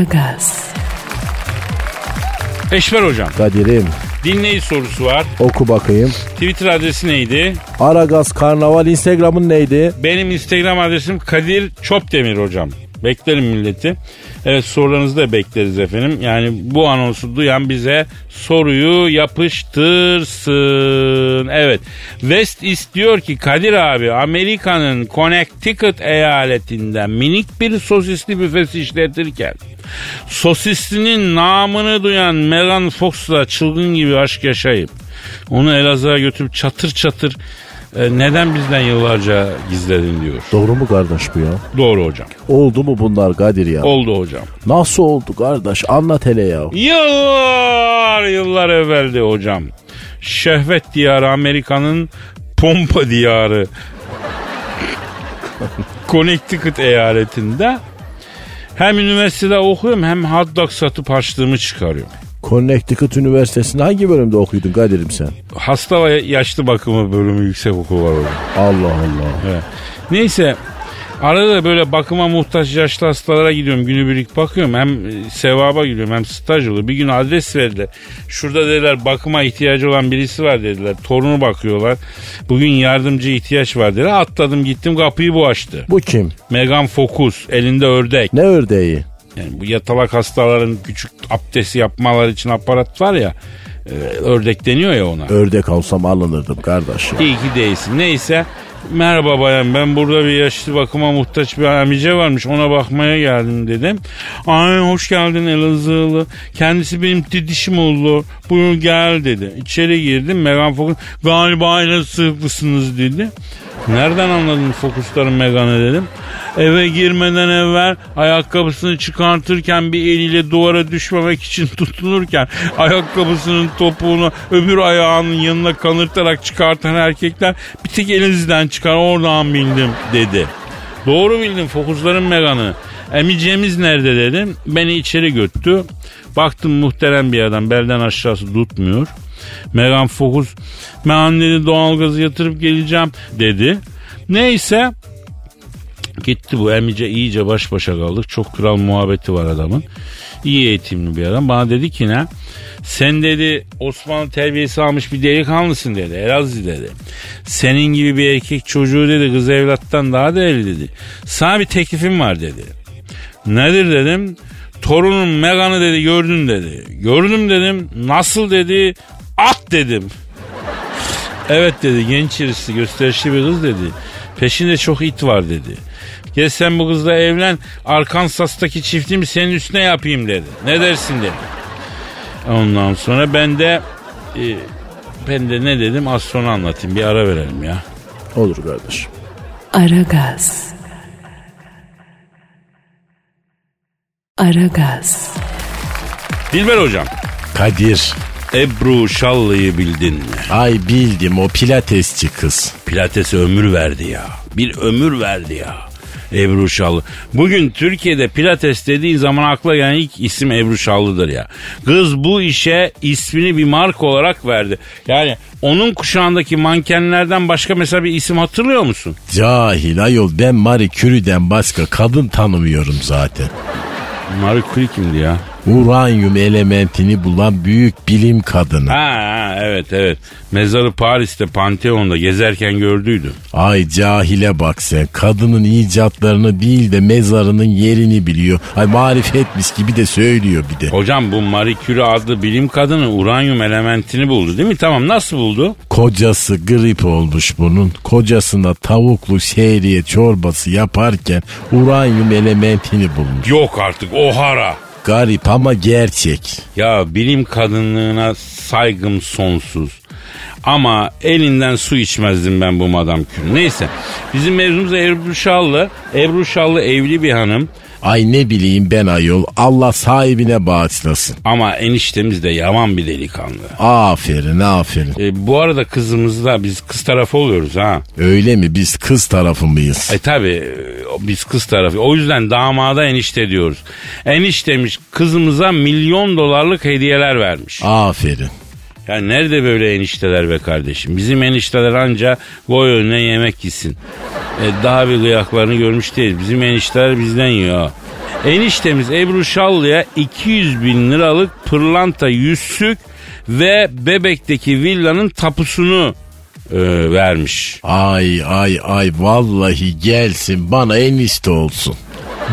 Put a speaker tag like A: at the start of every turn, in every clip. A: Aragaz,
B: Eşber hocam
C: Kadir'im
B: dinleyici sorusu var.
C: oku bakayım.
B: Twitter adresi neydi?
C: Aragaz Karnaval Instagram'ın neydi?
B: Benim Instagram adresim Kadir Çopdemir hocam. Beklerim milleti. Evet sorularınızı da bekleriz efendim. Yani bu anonsu duyan bize soruyu yapıştırsın. Evet. West East diyor ki Kadir abi Amerika'nın Connecticut eyaletinde minik bir sosisli büfesi işletirken sosisinin namını duyan Megan Fox'la çılgın gibi aşk yaşayıp onu Elazığ'a götürüp çatır çatır e, neden bizden yıllarca gizledin diyor.
C: Doğru mu kardeş bu ya?
B: Doğru hocam.
C: Oldu mu bunlar Kadir ya?
B: Oldu hocam.
C: Nasıl oldu kardeş? Anlat hele ya.
B: Yıllar yıllar evveldi hocam. Şehvet diyarı Amerika'nın pompa diyarı. Connecticut eyaletinde hem üniversitede okuyorum hem hot dog satıp harçlığımı çıkarıyorum.
C: Connecticut Üniversitesi'nde hangi bölümde okuydun Kadir'im sen?
B: Hasta ve yaşlı bakımı bölümü yüksek okul var orada.
C: Allah Allah.
B: Evet. Neyse arada da böyle bakıma muhtaç yaşlı hastalara gidiyorum günübirlik bakıyorum hem e, sevaba gidiyorum hem staj oluyor. Bir gün adres verdiler. Şurada dediler bakıma ihtiyacı olan birisi var dediler. Torunu bakıyorlar. Bugün yardımcı ihtiyaç var dediler. Atladım gittim kapıyı bu açtı.
C: Bu kim?
B: Megan Fokus elinde ördek.
C: Ne ördeği?
B: Yani bu yatalak hastaların küçük abdesti yapmaları için aparat var ya. e, Ördek deniyor ya ona.
C: Ördek olsam alınırdım kardeş ya.
B: İyi ki değilsin. Neyse. Merhaba bayan ben burada bir yaşlı bakıma muhtaç bir amice varmış ona bakmaya geldim dedim. Ay hoş geldin Elazığlı. Kendisi benim didişim oldu. Buyur gel dedi. İçeri girdim Megan Fox galiba aile sıklısınız dedi. Nereden anladın fokusların Megan'ı dedim. Eve girmeden evvel ayakkabısını çıkartırken bir eliyle duvara düşmemek için tutunurken ayakkabısının topuğunu öbür ayağının yanına kanırtarak çıkartan erkekler bir tek elinizden çıkar oradan bildim dedi. Doğru bildin fokusların Megan'ı. Emicemiz nerede dedim. Beni içeri götürdü. Baktım muhterem bir adam belden aşağısı tutmuyor. Megan Fokus ben anneni doğalgazı yatırıp geleceğim dedi. Neyse Gitti bu emice iyice baş başa kaldık. Çok kral muhabbeti var adamın. İyi eğitimli bir adam. Bana dedi ki ne? Sen dedi Osmanlı terbiyesi almış bir delikanlısın dedi. Elazığ dedi. Senin gibi bir erkek çocuğu dedi kız evlattan daha değerli dedi. Sana bir teklifim var dedi. Nedir dedim. Torunun Megan'ı dedi gördün dedi. Gördüm dedim. Nasıl dedi. At dedim. Evet dedi genç irisi gösterişli bir kız dedi. Peşinde çok it var dedi. Gel sen bu kızla evlen Arkansas'taki çiftimi senin üstüne yapayım dedi. Ne dersin dedi. Ondan sonra ben de e, ben de ne dedim az sonra anlatayım bir ara verelim ya.
C: Olur kardeş.
A: Aragaz. Aragaz,
B: Dilber hocam
C: Kadir.
B: Ebru Şallı'yı bildin mi?
C: Ay bildim o pilatesçi kız.
B: Pilates'e ömür verdi ya. Bir ömür verdi ya. Ebru Şallı. Bugün Türkiye'de pilates dediği zaman akla gelen ilk isim Ebru Şallı'dır ya. Kız bu işe ismini bir marka olarak verdi. Yani onun kuşağındaki mankenlerden başka mesela bir isim hatırlıyor musun?
C: Cahil ayol ben Marie Curie'den başka kadın tanımıyorum zaten.
B: Marie Curie kimdi ya?
C: Uranyum elementini bulan büyük bilim kadını.
B: Ha, ha, evet evet. Mezarı Paris'te Pantheon'da gezerken gördüydüm.
C: Ay cahile bak sen. Kadının icatlarını değil de mezarının yerini biliyor. Ay marifetmiş gibi de söylüyor bir de.
B: Hocam bu Marie Curie adlı bilim kadını uranyum elementini buldu değil mi? Tamam nasıl buldu?
C: Kocası grip olmuş bunun. Kocasına tavuklu şehriye çorbası yaparken uranyum elementini bulmuş.
B: Yok artık ohara.
C: Garip ama gerçek.
B: Ya bilim kadınlığına saygım sonsuz. Ama elinden su içmezdim ben bu madam kül. Neyse bizim mevzumuz Ebru Şallı. Ebru Şallı evli bir hanım
C: Ay ne bileyim ben ayol. Allah sahibine bağışlasın.
B: ama eniştemiz de yaman bir delikanlı.
C: Aferin aferin.
B: E, bu arada kızımızda biz kız tarafı oluyoruz ha.
C: Öyle mi biz kız tarafı mıyız?
B: E tabi e, biz kız tarafı. O yüzden damada enişte diyoruz. Eniştemiş kızımıza milyon dolarlık hediyeler vermiş.
C: Aferin.
B: Ya nerede böyle enişteler be kardeşim? Bizim enişteler anca koy önüne yemek gitsin. E, daha bir kıyaklarını görmüş değil. Bizim enişteler bizden yiyor. Eniştemiz Ebru Şallı'ya 200 bin liralık pırlanta yüzsük ve bebekteki villanın tapusunu e, vermiş.
C: Ay ay ay vallahi gelsin bana enişte olsun.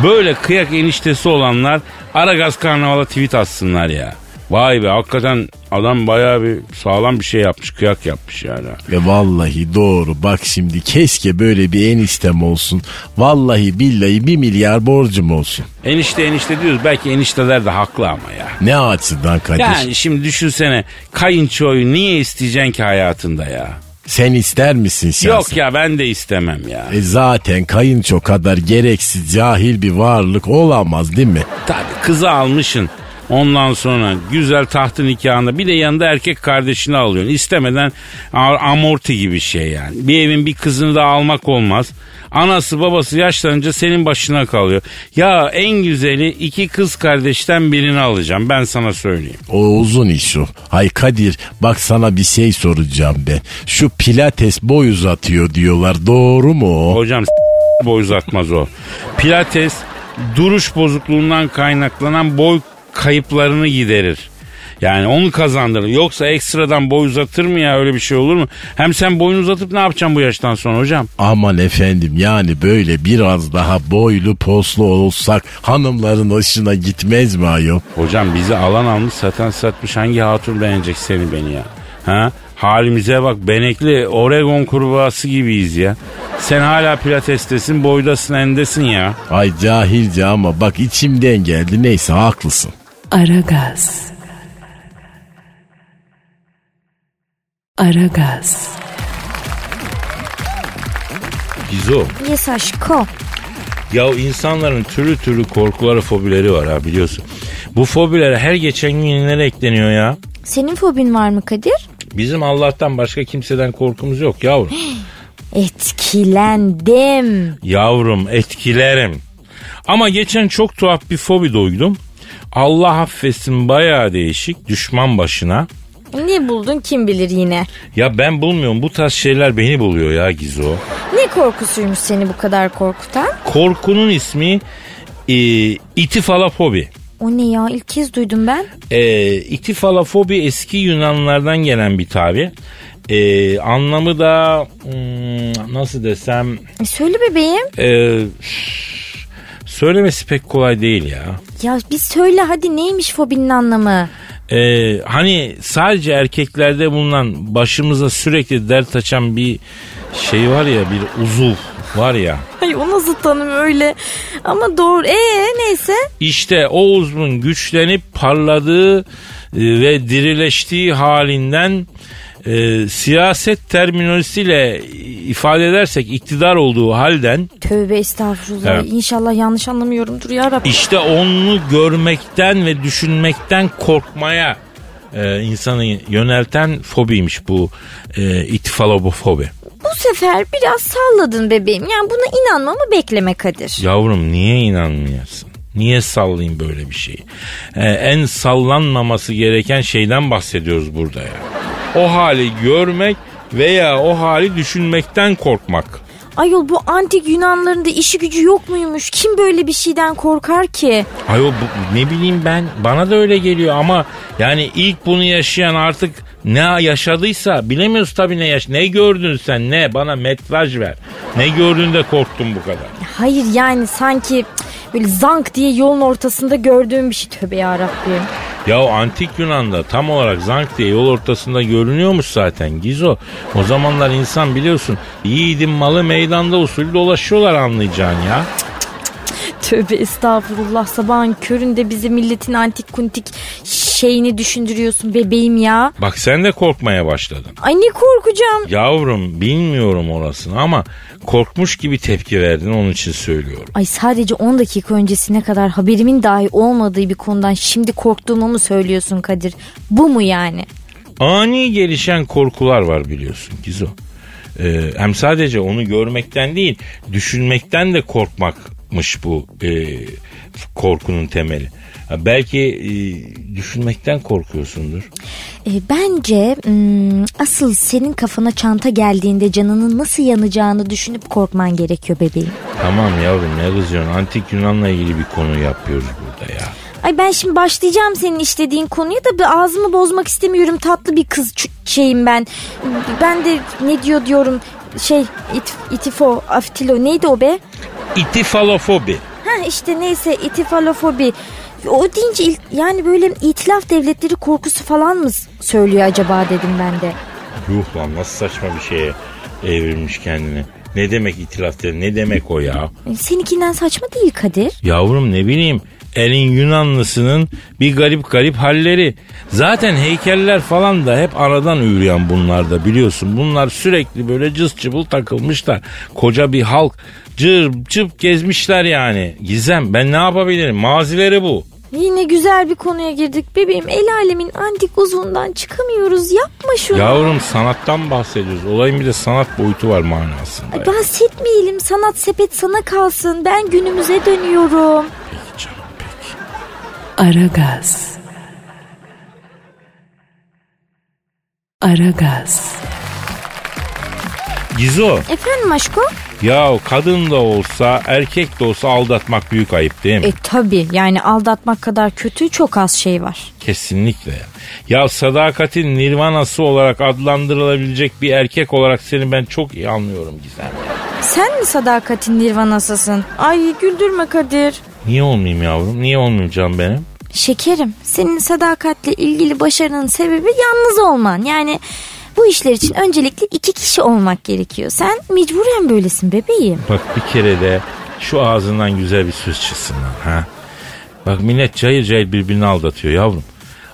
B: Böyle kıyak eniştesi olanlar Aragaz Karnaval'a tweet atsınlar ya. Vay be hakikaten adam bayağı bir sağlam bir şey yapmış kıyak yapmış yani.
C: Ve vallahi doğru bak şimdi keşke böyle bir eniştem olsun. Vallahi billahi bir milyar borcum olsun.
B: Enişte enişte diyoruz belki enişteler de haklı ama ya.
C: Ne açıdan Kadir?
B: Yani şimdi düşünsene kayınçoyu niye isteyeceksin ki hayatında ya?
C: Sen ister misin şahsen?
B: Yok ya ben de istemem ya.
C: E zaten kayınço kadar gereksiz cahil bir varlık olamaz değil mi?
B: Tabii kızı almışsın. Ondan sonra güzel tahtın nikahında bir de yanında erkek kardeşini alıyorsun. İstemeden a- amorti gibi şey yani. Bir evin bir kızını da almak olmaz. Anası babası yaşlanınca senin başına kalıyor. Ya en güzeli iki kız kardeşten birini alacağım ben sana söyleyeyim.
C: O uzun iş o. Hay Kadir bak sana bir şey soracağım ben. Şu pilates boy uzatıyor diyorlar doğru mu o?
B: Hocam s- boy uzatmaz o. Pilates duruş bozukluğundan kaynaklanan boy kayıplarını giderir. Yani onu kazandırır. Yoksa ekstradan boy uzatır mı ya öyle bir şey olur mu? Hem sen boyunu uzatıp ne yapacaksın bu yaştan sonra hocam?
C: Aman efendim yani böyle biraz daha boylu poslu olsak hanımların hoşuna gitmez mi ayol?
B: Hocam bizi alan almış satan satmış hangi hatun beğenecek seni beni ya? Ha? Halimize bak benekli Oregon kurbağası gibiyiz ya. Sen hala pilatestesin boydasın endesin ya.
C: Ay cahilce ama bak içimden geldi neyse haklısın.
A: Aragaz. Aragaz.
B: Gizo.
D: Yes aşko.
B: Ya insanların türlü türlü korkuları, fobileri var ha biliyorsun. Bu fobilere her geçen gün yenileri ekleniyor ya.
D: Senin fobin var mı Kadir?
B: Bizim Allah'tan başka kimseden korkumuz yok yavrum.
D: Etkilendim.
B: yavrum etkilerim. Ama geçen çok tuhaf bir fobi duydum. Allah affetsin bayağı değişik düşman başına.
D: Ne buldun kim bilir yine.
B: Ya ben bulmuyorum bu tarz şeyler beni buluyor ya Gizo.
D: Ne korkusuymuş seni bu kadar korkutan?
B: Korkunun ismi e, itifalafobi.
D: O ne ya ilk kez duydum ben.
B: E, itifalafobi eski Yunanlardan gelen bir tabir. E, anlamı da hmm, nasıl desem
D: E, söyle bebeğim.
B: e, söylemesi pek kolay değil ya.
D: Ya bir söyle hadi neymiş fobinin anlamı?
B: E, hani sadece erkeklerde bulunan başımıza sürekli dert açan bir şey var ya bir uzuv var ya.
D: Ay o nasıl tanım öyle. Ama doğru. Ee neyse.
B: İşte o uzvun güçlenip parladığı e, ve dirileştiği halinden e, siyaset terminolojisiyle ifade edersek iktidar olduğu halden
D: Tövbe estağfurullah.
B: Evet.
D: İnşallah yanlış anlamıyorumdur ya Rabbim.
B: işte onu görmekten ve düşünmekten korkmaya e, insanı yönelten fobiymiş bu e, itifalobofobi.
D: Bu sefer biraz salladın bebeğim. Yani buna inanmamı bekleme Kadir.
B: Yavrum niye inanmıyorsun? Niye sallayayım böyle bir şeyi? Ee, en sallanmaması gereken şeyden bahsediyoruz burada ya. O hali görmek veya o hali düşünmekten korkmak.
D: Ayol bu antik Yunanların da işi gücü yok muymuş? Kim böyle bir şeyden korkar ki?
B: Ayol bu- ne bileyim ben bana da öyle geliyor ama yani ilk bunu yaşayan artık ne yaşadıysa bilemiyoruz tabii ne yaş ne gördün sen ne bana metraj ver. Ne gördün de korktun bu kadar.
D: Hayır yani sanki cık, böyle zank diye yolun ortasında gördüğüm bir şey tövbe ya Rabbim.
B: Ya antik Yunan'da tam olarak zank diye yol ortasında görünüyormuş zaten Gizo. O zamanlar insan biliyorsun yiğidin malı meydanda usulü dolaşıyorlar anlayacağın ya.
D: Tövbe estağfurullah sabahın köründe bize milletin antik kuntik şeyini düşündürüyorsun bebeğim ya.
B: Bak sen de korkmaya başladın.
D: Ay ne korkacağım.
B: Yavrum bilmiyorum orasını ama korkmuş gibi tepki verdin onun için söylüyorum.
D: Ay sadece 10 dakika öncesine kadar haberimin dahi olmadığı bir konudan şimdi korktuğumu mu söylüyorsun Kadir? Bu mu yani?
B: Ani gelişen korkular var biliyorsun Gizo. Ee, hem sadece onu görmekten değil düşünmekten de korkmakmış bu e, korkunun temeli. Ha, belki e, düşünmekten korkuyorsundur.
D: E, bence hmm, asıl senin kafana çanta geldiğinde canının nasıl yanacağını düşünüp korkman gerekiyor bebeğim.
B: Tamam yavrum ne kızıyorsun? Antik Yunan'la ilgili bir konu yapıyoruz burada ya.
D: Ay ben şimdi başlayacağım senin işlediğin konuya da bir ağzımı bozmak istemiyorum. Tatlı bir kız ç- şeyim ben. Ben de ne diyor diyorum şey it, itifo aftilo neydi o be?
B: İtifalofobi.
D: Heh işte neyse itifalofobi. O deyince il- yani böyle itilaf devletleri korkusu falan mı s- söylüyor acaba dedim ben de.
B: Yuh lan nasıl saçma bir şeye evrilmiş kendini. Ne demek itilaf dedi? Ne demek o ya?
D: E, Seninkinden saçma değil Kadir.
B: Yavrum ne bileyim elin Yunanlısının bir garip garip halleri. Zaten heykeller falan da hep aradan üreyen bunlar da biliyorsun. Bunlar sürekli böyle cız çıbıl takılmışlar. Koca bir halk cır cıp gezmişler yani. Gizem ben ne yapabilirim? Mazileri bu.
D: Yine güzel bir konuya girdik bebeğim. El alemin antik uzundan çıkamıyoruz. Yapma şunu.
B: Yavrum sanattan bahsediyoruz. Olayın bir de sanat boyutu var manasında.
D: Ay, Bahsetmeyelim sanat sepet sana kalsın. Ben günümüze dönüyorum.
B: Peki canım, peki.
A: Aragaz. Aragaz.
B: Gizo
D: Efendim aşko?
B: ya kadın da olsa erkek de olsa aldatmak büyük ayıp değil mi?
D: E tabi yani aldatmak kadar kötü çok az şey var.
B: Kesinlikle ya. Ya sadakatin nirvanası olarak adlandırılabilecek bir erkek olarak seni ben çok iyi anlıyorum Gizem.
D: Sen mi sadakatin nirvanasısın? Ay güldürme Kadir.
B: Niye olmayayım yavrum? Niye olmayayım canım benim?
D: Şekerim senin sadakatle ilgili başarının sebebi yalnız olman. Yani bu işler için öncelikle iki kişi olmak gerekiyor. Sen mecburen böylesin bebeğim.
B: Bak bir kere de şu ağzından güzel bir söz çıksın lan ha. Bak millet cayır cayır birbirini aldatıyor yavrum.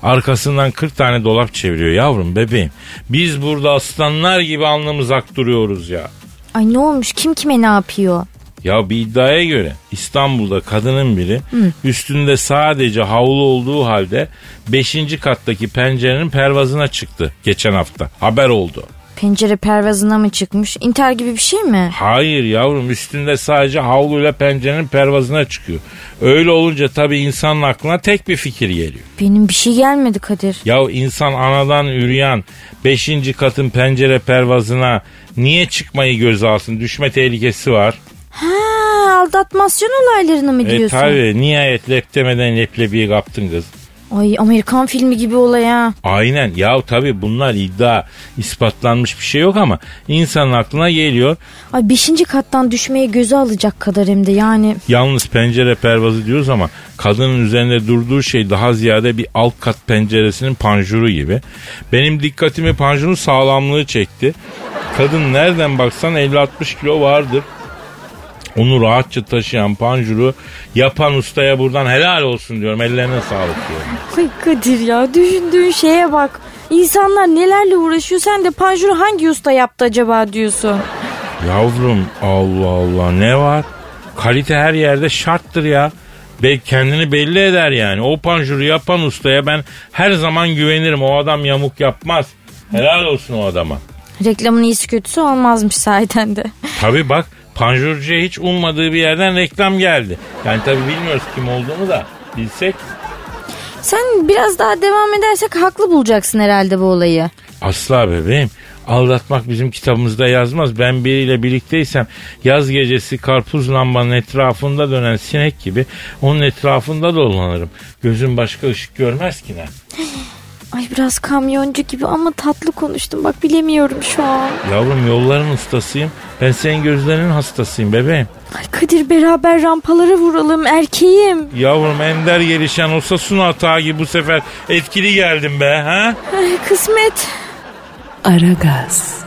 B: Arkasından 40 tane dolap çeviriyor yavrum bebeğim. Biz burada aslanlar gibi alnımız ak duruyoruz ya.
D: Ay ne olmuş kim kime ne yapıyor?
B: Ya bir iddiaya göre İstanbul'da kadının biri üstünde sadece havlu olduğu halde 5. kattaki pencerenin pervazına çıktı geçen hafta. Haber oldu.
D: Pencere pervazına mı çıkmış? İnter gibi bir şey mi?
B: Hayır yavrum üstünde sadece havluyla pencerenin pervazına çıkıyor. Öyle olunca tabii insanın aklına tek bir fikir geliyor.
D: Benim bir şey gelmedi Kadir.
B: Ya insan anadan üreyen 5. katın pencere pervazına niye çıkmayı göze alsın? Düşme tehlikesi var.
D: Ha, aldatmasyon olaylarını mı
B: E
D: diyorsun?
B: tabii nihayet lep demeden leblebiyi kaptın kız.
D: Ay Amerikan filmi gibi olay ha.
B: Aynen ya tabii bunlar iddia ispatlanmış bir şey yok ama insanın aklına geliyor.
D: Ay beşinci kattan düşmeye göze alacak kadar hem de yani.
B: Yalnız pencere pervazı diyoruz ama kadının üzerinde durduğu şey daha ziyade bir alt kat penceresinin panjuru gibi. Benim dikkatimi panjurun sağlamlığı çekti. Kadın nereden baksan 50-60 kilo vardır. Onu rahatça taşıyan panjuru yapan ustaya buradan helal olsun diyorum. Ellerine sağlık diyorum.
D: Ay Kadir ya düşündüğün şeye bak. İnsanlar nelerle uğraşıyor sen de panjuru hangi usta yaptı acaba diyorsun.
B: Yavrum Allah Allah ne var? Kalite her yerde şarttır ya. Be kendini belli eder yani. O panjuru yapan ustaya ben her zaman güvenirim. O adam yamuk yapmaz. Helal olsun o adama.
D: Reklamın iyisi kötüsü olmazmış sahiden de.
B: Tabi bak panjurcuya hiç ummadığı bir yerden reklam geldi. Yani tabi bilmiyoruz kim olduğunu da bilsek.
D: Sen biraz daha devam edersek haklı bulacaksın herhalde bu olayı.
B: Asla bebeğim. Aldatmak bizim kitabımızda yazmaz. Ben biriyle birlikteysem yaz gecesi karpuz lambanın etrafında dönen sinek gibi onun etrafında dolanırım. Gözüm başka ışık görmez ki ne.
D: Ay biraz kamyoncu gibi ama tatlı konuştum bak bilemiyorum şu an.
B: Yavrum yolların ustasıyım. Ben senin gözlerinin hastasıyım bebeğim.
D: Ay Kadir beraber rampalara vuralım erkeğim.
B: Yavrum ender gelişen olsa sunu atağı gibi bu sefer etkili geldim be ha?
D: Ay kısmet.
A: Aragaz.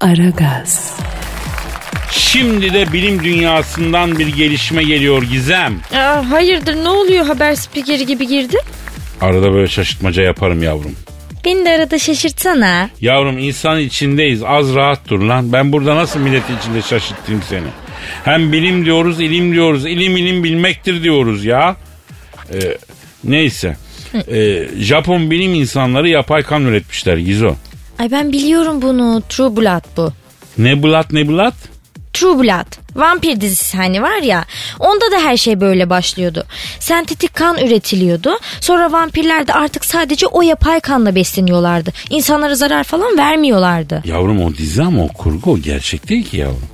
A: Aragaz.
E: Şimdi de bilim dünyasından bir gelişme geliyor Gizem.
D: Aa, hayırdır ne oluyor haber spikeri gibi girdi?
E: Arada böyle şaşırtmaca yaparım yavrum.
D: Beni de arada şaşırtsana.
E: Yavrum insan içindeyiz az rahat dur lan. Ben burada nasıl milletin içinde şaşırttım seni. Hem bilim diyoruz ilim diyoruz. İlim ilim bilmektir diyoruz ya. Ee, neyse. Ee, Japon bilim insanları yapay kan üretmişler Gizo.
D: Ay ben biliyorum bunu. True Blood bu.
E: Nebulat nebulat?
D: True Blood. Vampir dizisi hani var ya. Onda da her şey böyle başlıyordu. Sentetik kan üretiliyordu. Sonra vampirler de artık sadece o yapay kanla besleniyorlardı. İnsanlara zarar falan vermiyorlardı.
B: Yavrum o dizi ama o kurgu o gerçek değil ki yavrum.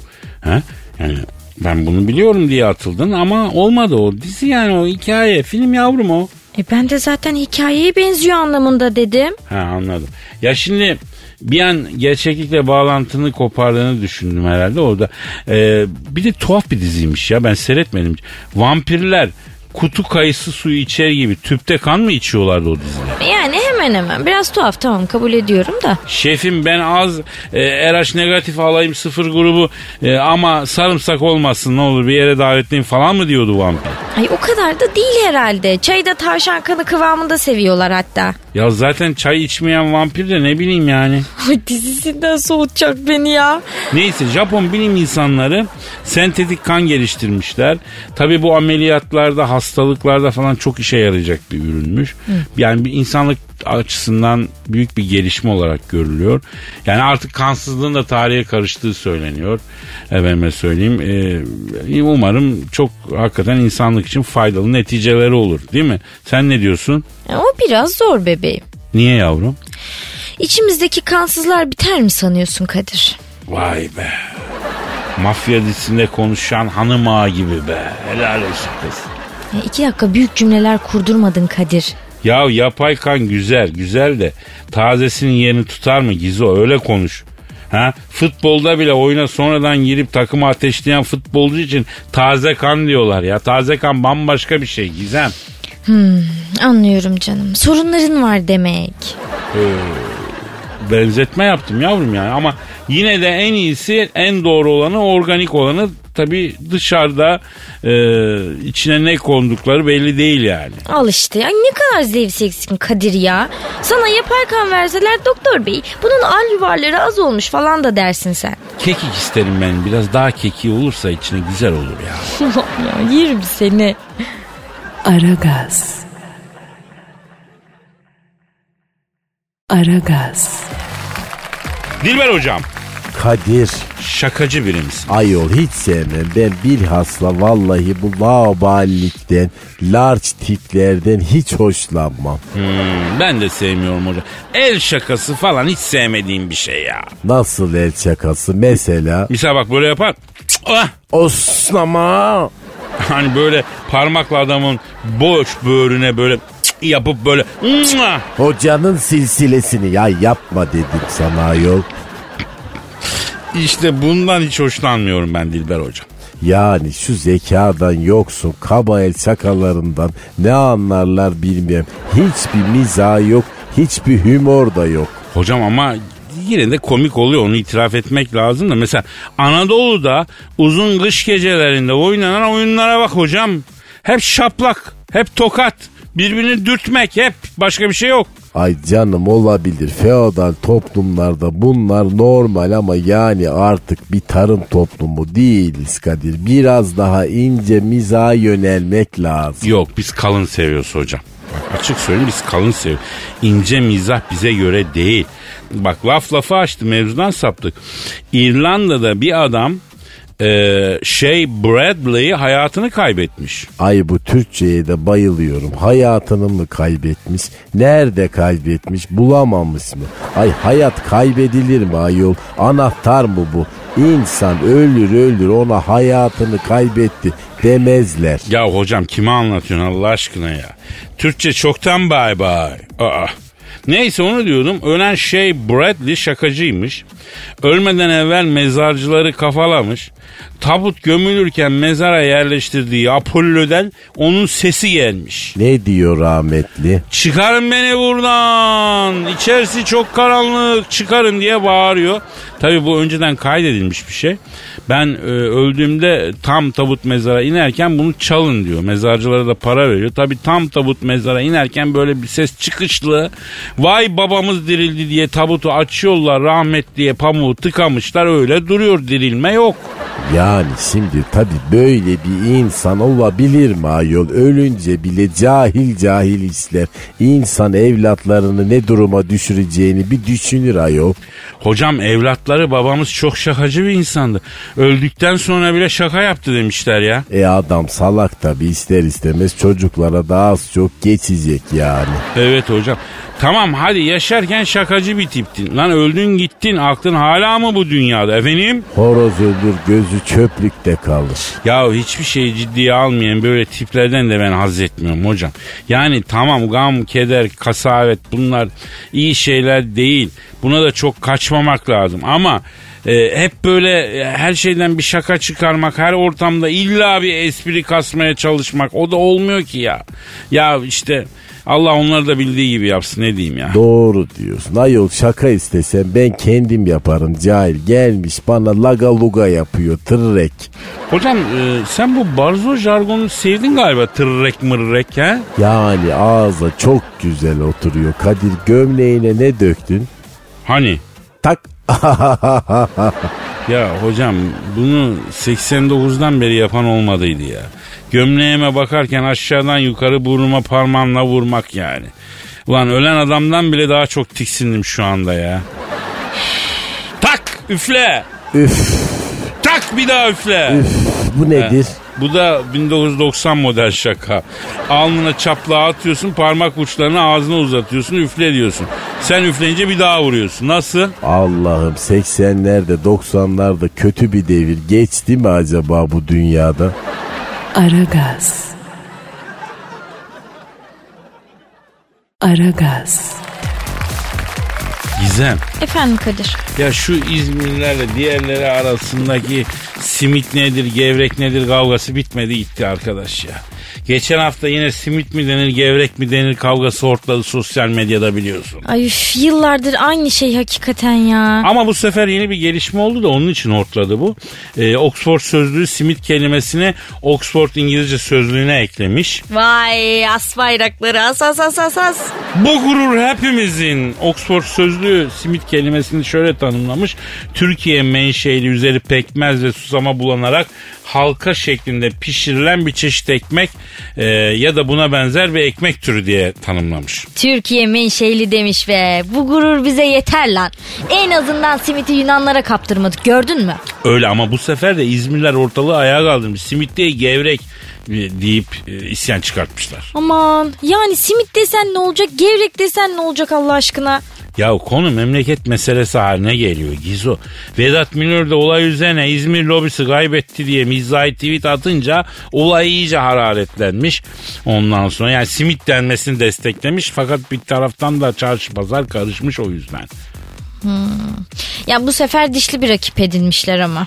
B: Ha? Yani ben bunu biliyorum diye atıldın ama olmadı o dizi yani o hikaye film yavrum o.
D: E ben de zaten hikayeye benziyor anlamında dedim.
B: Ha anladım. Ya şimdi bir an gerçeklikle bağlantını kopardığını düşündüm herhalde orada. Ee, bir de tuhaf bir diziymiş ya ben seyretmedim. Vampirler kutu kayısı suyu içer gibi tüpte kan mı içiyorlardı o dizide?
D: Yani hemen hemen biraz tuhaf tamam kabul ediyorum da.
B: Şefim ben az e, RH negatif alayım sıfır grubu e, ama sarımsak olmasın ne olur bir yere davetliyim falan mı diyordu vampir?
D: Ay o kadar da değil herhalde. Çayda tavşan kanı kıvamında seviyorlar hatta.
B: Ya zaten çay içmeyen vampir de ne bileyim yani.
D: Ay dizisinden soğutacak beni ya.
B: Neyse Japon bilim insanları sentetik kan geliştirmişler. Tabi bu ameliyatlarda hastalıklarda falan çok işe yarayacak bir ürünmüş. Yani bir insanlık açısından büyük bir gelişme olarak görülüyor. Yani artık kansızlığın da tarihe karıştığı söyleniyor. Efendime söyleyeyim. Ee, umarım çok hakikaten insanlık için faydalı neticeleri olur değil mi? Sen ne diyorsun?
D: E, O biraz zor bebeğim.
B: Niye yavrum?
D: İçimizdeki kansızlar biter mi sanıyorsun Kadir?
B: Vay be. Mafya dizisinde konuşan hanım ağa gibi be. Helal olsun kız.
D: Ya E, iki dakika büyük cümleler kurdurmadın Kadir.
B: Ya yapay kan güzel güzel de tazesinin yerini tutar mı Gizo öyle konuş. Ha? Futbolda bile oyuna sonradan girip takımı ateşleyen futbolcu için taze kan diyorlar ya. Taze kan bambaşka bir şey Gizem.
D: Anlıyorum canım. Sorunların var demek.
B: Benzetme yaptım yavrum yani ama yine de en iyisi en doğru olanı organik olanı tabii dışarıda e, içine ne kondukları belli değil yani.
D: Al işte ya ne kadar zevseksin Kadir ya. Sana yapay kan verseler doktor bey bunun al yuvarları az olmuş falan da dersin sen.
B: Kekik isterim ben biraz daha keki olursa içine güzel olur ya.
D: ya yerim seni.
A: Aragaz. Aragaz.
B: Dilber hocam
C: Kadir
B: şakacı biri misin?
C: ayol hiç sevmem. Ben bilhassa vallahi bu laubalilikten, large tiplerden hiç hoşlanmam.
B: Hmm, ben de sevmiyorum hocam. El şakası falan hiç sevmediğim bir şey ya.
C: Nasıl el şakası? Mesela
B: Misal bak böyle yapar. Cık, Ah!
C: oslama.
B: Hani böyle parmakla adamın boş böğrüne böyle cık yapıp böyle "Mua!"
C: Hocanın silsilesini ya yapma dedim sana ayol.
B: İşte bundan hiç hoşlanmıyorum ben Dilber hocam.
C: Yani şu zekadan yoksun kaba el şakalarından ne anlarlar bilmem. Hiçbir miza yok, hiçbir humor da yok.
B: Hocam ama yine de komik oluyor onu itiraf etmek lazım da mesela Anadolu'da uzun kış gecelerinde oynanan oyunlara bak hocam. Hep şaplak, hep tokat, birbirini dürtmek hep başka bir şey yok.
C: Ay canım olabilir feodal toplumlarda bunlar normal ama yani artık bir tarım toplumu değiliz Kadir. Biraz daha ince miza yönelmek lazım.
B: Yok biz kalın seviyoruz hocam. Bak açık söyleyeyim biz kalın seviyoruz. İnce mizah bize göre değil. Bak laf lafı açtı mevzudan saptık. İrlanda'da bir adam eee, şey Bradley hayatını kaybetmiş.
C: Ay bu Türkçe'ye de bayılıyorum. Hayatını mı kaybetmiş? Nerede kaybetmiş? Bulamamış mı? Ay hayat kaybedilir mi ayol? Anahtar mı bu? İnsan ölür ölür ona hayatını kaybetti demezler.
B: Ya hocam kime anlatıyorsun Allah aşkına ya? Türkçe çoktan bay bay. Aa. Neyse onu diyordum. Ölen şey Bradley şakacıymış. Ölmeden evvel mezarcıları kafalamış. Tabut gömülürken mezara yerleştirdiği Apollo'dan onun sesi gelmiş.
C: Ne diyor rahmetli?
B: Çıkarın beni buradan. İçerisi çok karanlık. Çıkarın diye bağırıyor. Tabii bu önceden kaydedilmiş bir şey. Ben e, öldüğümde tam tabut mezara inerken bunu çalın diyor. Mezarcılara da para veriyor. Tabii tam tabut mezara inerken böyle bir ses çıkışlı. Vay babamız dirildi diye tabutu açıyorlar rahmet diye pamuğu tıkamışlar öyle duruyor dirilme yok.
C: Yani şimdi tabi böyle bir insan olabilir mi ayol? Ölünce bile cahil cahil işler. İnsan evlatlarını ne duruma düşüreceğini bir düşünür ayol.
B: Hocam evlatları babamız çok şakacı bir insandı. Öldükten sonra bile şaka yaptı demişler ya.
C: E adam salak tabi ister istemez çocuklara da az çok geçecek yani.
B: Evet hocam. Tamam hadi yaşarken şakacı bir tiptin. Lan öldün gittin aklın hala mı bu dünyada efendim?
C: Horoz öldür gözü çöplükte kalır.
B: Ya hiçbir şeyi ciddiye almayan böyle tiplerden de ben haz etmiyorum hocam. Yani tamam gam, keder, kasavet bunlar iyi şeyler değil. Buna da çok kaçmamak lazım ama e, hep böyle e, her şeyden bir şaka çıkarmak, her ortamda illa bir espri kasmaya çalışmak o da olmuyor ki ya. Ya işte Allah onları da bildiği gibi yapsın ne diyeyim ya.
C: Doğru diyorsun. Ayol şaka istesem ben kendim yaparım cahil. Gelmiş bana laga luga yapıyor tırrek.
B: Hocam e, sen bu barzo jargonunu sevdin galiba tırrek mırrek ha?
C: Yani ağza çok güzel oturuyor. Kadir gömleğine ne döktün?
B: Hani?
C: Tak.
B: Ya hocam bunu 89'dan beri yapan olmadıydı ya. Gömleğime bakarken aşağıdan yukarı burnuma parmağımla vurmak yani. Ulan ölen adamdan bile daha çok tiksindim şu anda ya. Tak üfle.
C: Üf,
B: Tak bir daha üfle.
C: üf bu nedir?
B: Bu da 1990 model şaka. Alnına çapla atıyorsun, parmak uçlarını ağzına uzatıyorsun, üfle diyorsun. Sen üfleyince bir daha vuruyorsun. Nasıl?
C: Allah'ım 80'lerde 90'larda kötü bir devir geçti mi acaba bu dünyada?
A: Aragaz. Aragaz.
B: Gizem.
D: Efendim Kadir.
B: Ya şu İzmirlerle diğerleri arasındaki simit nedir, gevrek nedir kavgası bitmedi gitti arkadaş ya. Geçen hafta yine simit mi denir, gevrek mi denir kavgası ortladı sosyal medyada biliyorsun.
D: Ay üf, yıllardır aynı şey hakikaten ya.
B: Ama bu sefer yeni bir gelişme oldu da onun için hortladı bu. Ee, Oxford sözlüğü simit kelimesini Oxford İngilizce sözlüğüne eklemiş.
D: Vay as bayrakları as as as as as.
B: Bu gurur hepimizin. Oxford sözlüğü simit kelimesini şöyle tanımlamış. Türkiye menşeli üzeri pekmez ve susama bulanarak halka şeklinde pişirilen bir çeşit ekmek e, ya da buna benzer bir ekmek türü diye tanımlamış.
D: Türkiye menşeli demiş ve bu gurur bize yeter lan. En azından simiti Yunanlara kaptırmadık gördün mü?
B: Öyle ama bu sefer de İzmirler ortalığı ayağa kaldırmış. Simit değil gevrek e, deyip e, isyan çıkartmışlar.
D: Aman yani simit desen ne olacak gevrek desen ne olacak Allah aşkına.
B: Ya konu memleket meselesi haline geliyor Gizo. Vedat Milor da olay üzerine İzmir lobisi kaybetti diye mizahi tweet atınca olay iyice hararetlenmiş. Ondan sonra yani simit denmesini desteklemiş fakat bir taraftan da çarşı pazar karışmış o yüzden.
D: Ya bu sefer dişli bir rakip edinmişler ama.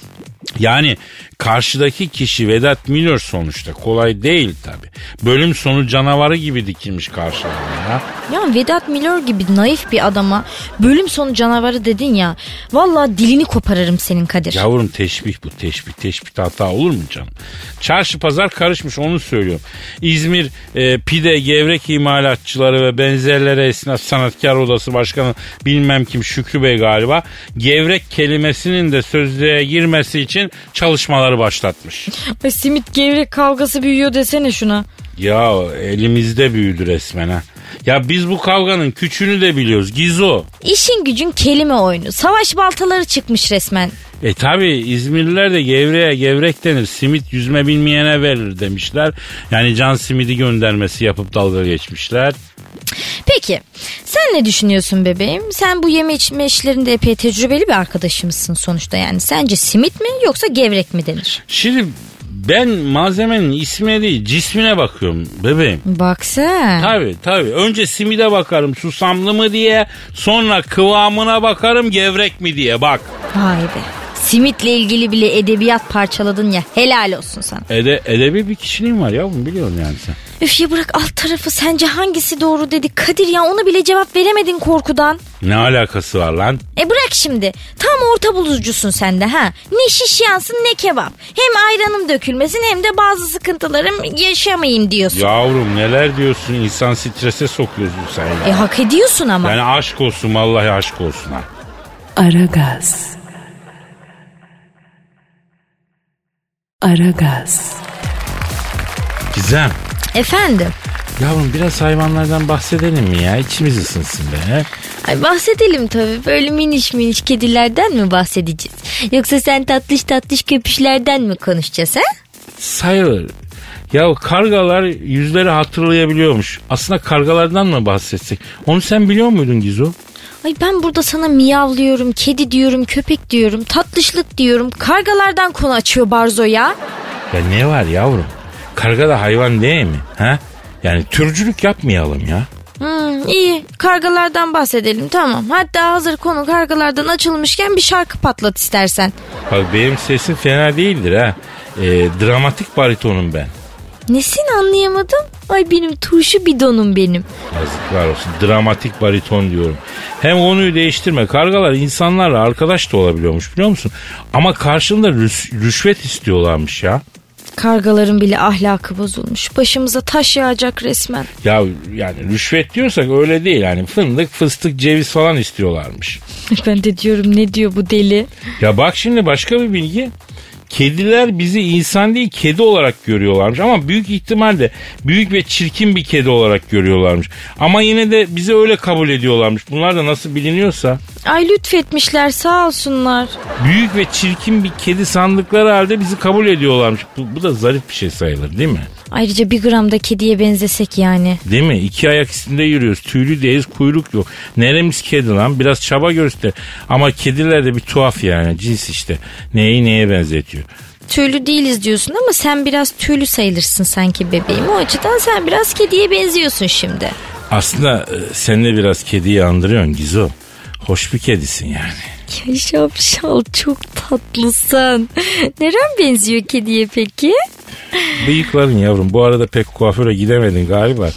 B: Yani karşıdaki kişi Vedat Milor sonuçta kolay değil tabi. Bölüm sonu canavarı gibi dikilmiş karşılarına ya.
D: Ya Vedat Milor gibi naif bir adama bölüm sonu canavarı dedin ya. Valla dilini koparırım senin Kadir.
B: Yavrum teşbih bu teşbih. Teşbihte hata olur mu canım? Çarşı pazar karışmış onu söylüyorum. İzmir e, pide, gevrek imalatçıları ve benzerlere esnaf sanatkar odası başkanı bilmem kim Şükrü Bey galiba gevrek kelimesinin de sözlüğe girmesi için çalışmaları başlatmış.
D: Ay, simit gevrek kavgası büyüyor desene şuna.
B: Ya elimizde büyüdü resmen ha. Ya biz bu kavganın küçüğünü de biliyoruz. Gizo.
D: İşin gücün kelime oyunu. Savaş baltaları çıkmış resmen.
B: E tabi İzmirliler de gevreğe gevrek denir. Simit yüzme bilmeyene verir demişler. Yani can simidi göndermesi yapıp dalga geçmişler.
D: Peki sen ne düşünüyorsun bebeğim? Sen bu yeme içme işlerinde epey tecrübeli bir arkadaşımızsın sonuçta yani. Sence simit mi yoksa gevrek mi denir?
B: Şimdi ben malzemenin ismine değil cismine bakıyorum bebeğim.
D: Bak sen.
B: Tabi tabi önce simide bakarım susamlı mı diye sonra kıvamına bakarım gevrek mi diye bak.
D: Vay be. Simitle ilgili bile edebiyat parçaladın ya helal olsun sana.
B: Ede, edebi bir kişiliğim var ya bunu biliyorsun yani sen.
D: Üf ya bırak alt tarafı sence hangisi doğru dedi Kadir ya ona bile cevap veremedin korkudan.
B: Ne alakası var lan?
D: E bırak şimdi tam orta bulucusun sen de ha. Ne şiş yansın ne kebap. Hem ayranım dökülmesin hem de bazı sıkıntılarım yaşamayayım diyorsun.
B: Yavrum neler diyorsun insan strese sokuyorsun sen ya.
D: E hak ediyorsun ama.
B: Yani aşk olsun vallahi aşk olsun ha.
A: Aragaz. Aragaz,
B: Gizem.
D: Efendim?
B: Yavrum biraz hayvanlardan bahsedelim mi ya? İçimiz ısınsın be.
D: Ay bahsedelim tabii. Böyle miniş miniş kedilerden mi bahsedeceğiz? Yoksa sen tatlış tatlış köpüşlerden mi konuşacağız ha?
B: Sayılır. Ya kargalar yüzleri hatırlayabiliyormuş. Aslında kargalardan mı bahsetsek? Onu sen biliyor muydun Gizu?
D: Ay ben burada sana miyavlıyorum, kedi diyorum, köpek diyorum, tatlışlık diyorum. Kargalardan konu açıyor Barzo ya.
B: Ya ne var yavrum? Karga da hayvan değil mi? Ha? Yani türcülük yapmayalım ya.
D: Hmm, iyi kargalardan bahsedelim tamam. Hatta hazır konu kargalardan açılmışken bir şarkı patlat istersen.
B: Bak benim sesim fena değildir ha. Ee, dramatik baritonum ben.
D: Nesin anlayamadım? Ay benim turşu bidonum benim.
B: Yazıklar olsun. Dramatik bariton diyorum. Hem konuyu değiştirme. Kargalar insanlarla arkadaş da olabiliyormuş biliyor musun? Ama karşılığında rüs- rüşvet istiyorlarmış ya.
D: Kargaların bile ahlakı bozulmuş. Başımıza taş yağacak resmen.
B: Ya yani rüşvet diyorsak öyle değil yani fındık, fıstık, ceviz falan istiyorlarmış.
D: ben de diyorum ne diyor bu deli?
B: Ya bak şimdi başka bir bilgi. Kediler bizi insan değil kedi olarak görüyorlarmış ama büyük ihtimalle büyük ve çirkin bir kedi olarak görüyorlarmış. Ama yine de bizi öyle kabul ediyorlarmış. Bunlar da nasıl biliniyorsa
D: Ay lütfetmişler sağ olsunlar.
B: büyük ve çirkin bir kedi sandıkları halde bizi kabul ediyorlarmış. Bu, bu da zarif bir şey sayılır değil mi?
D: Ayrıca bir gram da kediye benzesek yani.
B: Değil mi? İki ayak üstünde yürüyoruz. Tüylü değiliz, kuyruk yok. Neremiz kedi lan? Biraz çaba göster. Ama kediler de bir tuhaf yani. Cins işte. Neyi neye benzetiyor?
D: Tüylü değiliz diyorsun ama sen biraz tüylü sayılırsın sanki bebeğim. O açıdan sen biraz kediye benziyorsun şimdi.
B: Aslında e, sen de biraz kediyi andırıyorsun Gizo. Hoş bir kedisin yani.
D: Ya şapşal çok tatlısın. Neren benziyor kediye peki?
B: Bıyıkların yavrum. Bu arada pek kuaföre gidemedin galiba.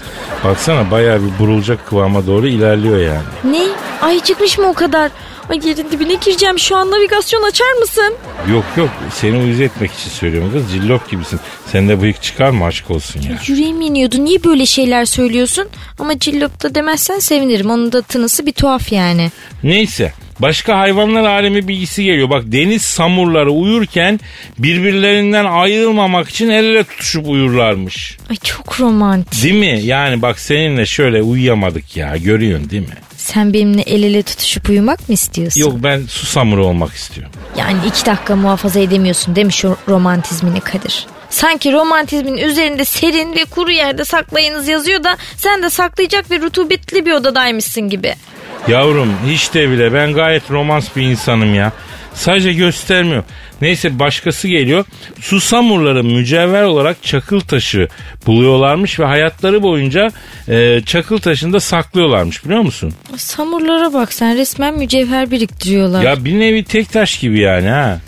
B: Baksana bayağı bir burulacak kıvama doğru ilerliyor yani.
D: Ne? Ay çıkmış mı o kadar? Ay yerin dibine gireceğim şu an navigasyon açar mısın?
B: Yok yok seni uyuz etmek için söylüyorum kız. Cillop gibisin. Sen de bıyık çıkar mı aşk olsun ya.
D: Yüreğim yeniyordu niye böyle şeyler söylüyorsun? Ama cillopta demezsen sevinirim onun da tınısı bir tuhaf yani.
B: Neyse başka hayvanlar alemi bilgisi geliyor. Bak deniz samurları uyurken birbirlerinden ayrılmamak için el ele tutuşup uyurlarmış.
D: Ay çok romantik.
B: Değil mi? Yani bak seninle şöyle uyuyamadık ya görüyorsun değil mi?
D: Sen benimle el ele tutuşup uyumak mı istiyorsun?
B: Yok ben su samuru olmak istiyorum.
D: Yani iki dakika muhafaza edemiyorsun değil mi şu romantizmini Kadir? Sanki romantizmin üzerinde serin ve kuru yerde saklayınız yazıyor da sen de saklayacak ve rutubetli bir odadaymışsın gibi.
B: Yavrum hiç de bile ben gayet romans bir insanım ya. Sadece göstermiyor. Neyse başkası geliyor. Susamurları mücevher olarak çakıl taşı buluyorlarmış ve hayatları boyunca e, çakıl taşında saklıyorlarmış biliyor musun?
D: Samurlara bak sen resmen mücevher biriktiriyorlar.
B: Ya bir nevi tek taş gibi yani ha.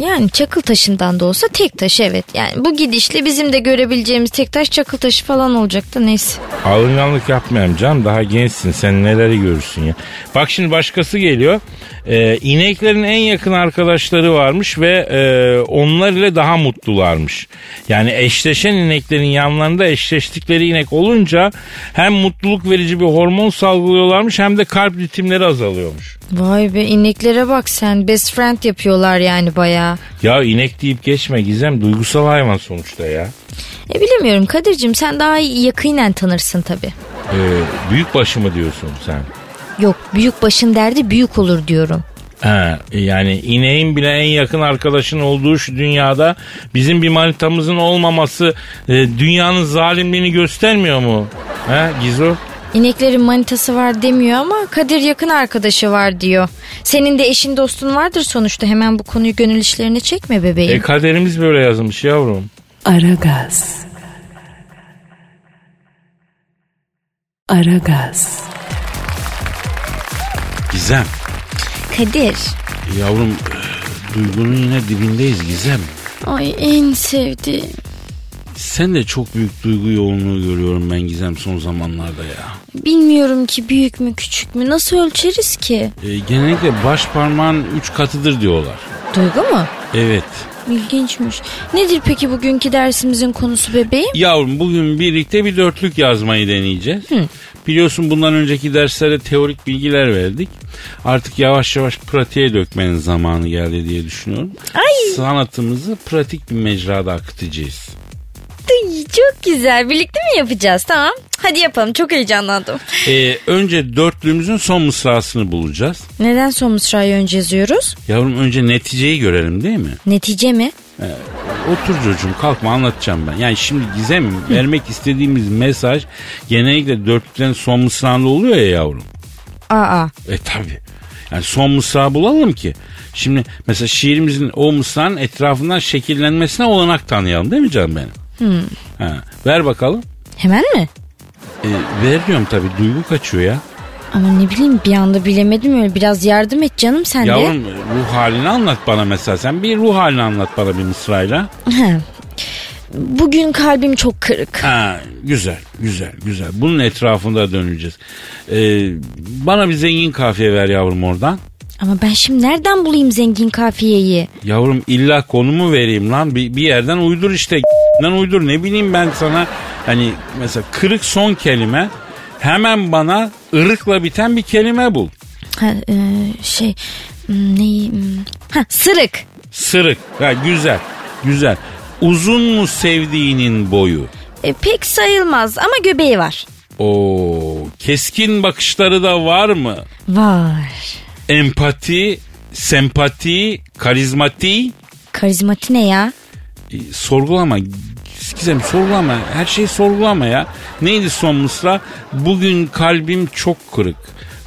D: Yani çakıl taşından da olsa tek taş evet. Yani bu gidişle bizim de görebileceğimiz tek taş çakıl taşı falan olacak da neyse.
B: Alınganlık yapmayayım canım daha gençsin sen neleri görürsün ya. Bak şimdi başkası geliyor. Ee, ineklerin en yakın arkadaşları varmış ve e, onlar ile daha mutlularmış. Yani eşleşen ineklerin yanlarında eşleştikleri inek olunca hem mutluluk verici bir hormon salgılıyorlarmış hem de kalp ritimleri azalıyormuş.
D: Vay be ineklere bak sen best friend yapıyorlar yani bayağı.
B: Ya inek deyip geçme Gizem duygusal hayvan sonuçta ya.
D: E bilemiyorum Kadir'cim sen daha iyi yakinen tanırsın tabii.
B: Ee, büyük başı mı diyorsun sen?
D: Yok büyük başın derdi büyük olur diyorum.
B: Ha, e, yani ineğin bile en yakın arkadaşın olduğu şu dünyada bizim bir manitamızın olmaması e, dünyanın zalimliğini göstermiyor mu? Ha Gizu?
D: İneklerin manitası var demiyor ama Kadir yakın arkadaşı var diyor. Senin de eşin dostun vardır sonuçta hemen bu konuyu gönül işlerine çekme bebeğim.
B: E kaderimiz böyle yazılmış yavrum.
A: Aragaz. Aragaz,
F: Gizem.
D: Kadir.
F: Yavrum e, duygunun yine dibindeyiz Gizem.
D: Ay en sevdiğim.
F: Sen de çok büyük duygu yoğunluğu görüyorum ben Gizem son zamanlarda ya.
D: Bilmiyorum ki büyük mü küçük mü nasıl ölçeriz ki?
F: E, genellikle baş parmağın üç katıdır diyorlar.
D: Duygu mu?
F: Evet.
D: İlginçmiş. Nedir peki bugünkü dersimizin konusu bebeğim?
B: Yavrum bugün birlikte bir dörtlük yazmayı deneyeceğiz. Biliyorsun bundan önceki derslere teorik bilgiler verdik. Artık yavaş yavaş pratiğe dökmenin zamanı geldi diye düşünüyorum. Sanatımızı pratik bir mecrada akıtacağız.
D: Ay, Çok güzel. Birlikte mi yapacağız? Tamam. Hadi yapalım. Çok heyecanlandım.
B: Ee, önce dörtlüğümüzün son mısrasını bulacağız.
D: Neden son mısrayı önce yazıyoruz?
B: Yavrum önce neticeyi görelim değil mi?
D: Netice mi?
B: Otur çocuğum kalkma anlatacağım ben. Yani şimdi Gizem'im vermek istediğimiz mesaj genellikle dörtlüklerin son mısrağında oluyor ya yavrum.
D: Aa.
B: E tabi. Yani son mısrağı bulalım ki. Şimdi mesela şiirimizin o mısranın etrafından şekillenmesine olanak tanıyalım değil mi canım benim? Ha, ver bakalım.
D: Hemen mi?
B: E, ver diyorum tabi duygu kaçıyor ya.
D: Ama ne bileyim bir anda bilemedim öyle. Biraz yardım et canım sen de.
B: Yavrum ruh halini anlat bana mesela sen bir ruh halini anlat bana bir mısrayla.
D: He. Bugün kalbim çok kırık.
B: Ha, güzel güzel güzel bunun etrafında döneceğiz. E, bana bir zengin kafiye ver yavrum oradan.
D: Ama ben şimdi nereden bulayım zengin kafiyeyi?
B: Yavrum illa konumu vereyim lan bir, bir yerden uydur işte Lan uydur ne bileyim ben sana hani mesela kırık son kelime hemen bana ırıkla biten bir kelime bul.
D: Ha, e, şey hmm, neyi? hmm, Ha, sırık.
B: Sırık ha, güzel güzel uzun mu sevdiğinin boyu?
D: E, pek sayılmaz ama göbeği var.
B: Oo, keskin bakışları da var mı?
D: Var.
B: Empati, sempati, karizmati.
D: Karizmati ne ya?
B: E, sorgulama. Gizem sorgulama. Her şeyi sorgulama ya. Neydi son mısra? Bugün kalbim çok kırık.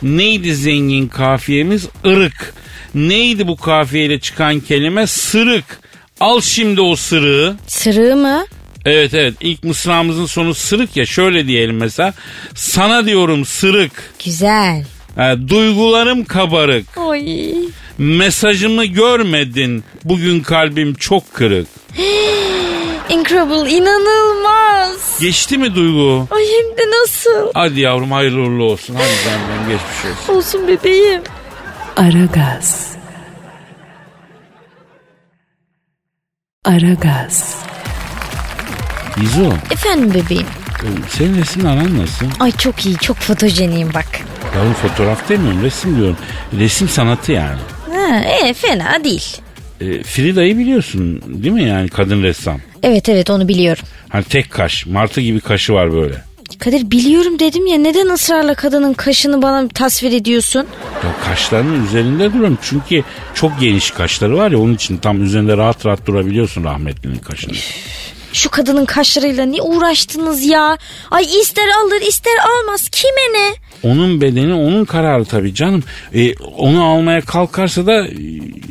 B: Neydi zengin kafiyemiz? Irık. Neydi bu kafiyeyle çıkan kelime? Sırık. Al şimdi o sırığı.
D: Sırığı mı?
B: Evet evet ilk mısramızın sonu sırık ya şöyle diyelim mesela. Sana diyorum sırık.
D: Güzel.
B: Ha, duygularım kabarık.
D: Oy.
B: Mesajımı görmedin. Bugün kalbim çok kırık.
D: Incredible inanılmaz.
B: Geçti mi duygu?
D: Ay hem de nasıl?
B: Hadi yavrum hayırlı uğurlu olsun. Hadi canım geçmiş olsun.
D: Olsun bebeğim.
A: Aragaz. Aragaz.
B: Gizu
D: Efendim bebeğim.
B: senin resimle aran nasıl?
D: Ay çok iyi çok fotojeniyim bak.
B: Yavrum fotoğraf demiyorum resim diyorum. Resim sanatı yani.
D: Ha, e, fena değil.
B: E, Frida'yı biliyorsun değil mi yani kadın ressam.
D: Evet evet onu biliyorum.
B: Hani tek kaş martı gibi kaşı var böyle.
D: Kadir biliyorum dedim ya neden ısrarla kadının kaşını bana tasvir ediyorsun?
B: Ya kaşlarının üzerinde duruyorum çünkü çok geniş kaşları var ya onun için tam üzerinde rahat rahat durabiliyorsun rahmetlinin kaşının.
D: Şu kadının kaşlarıyla ne uğraştınız ya? Ay ister alır ister almaz kime ne?
B: Onun bedeni onun kararı tabii canım. E, onu almaya kalkarsa da e,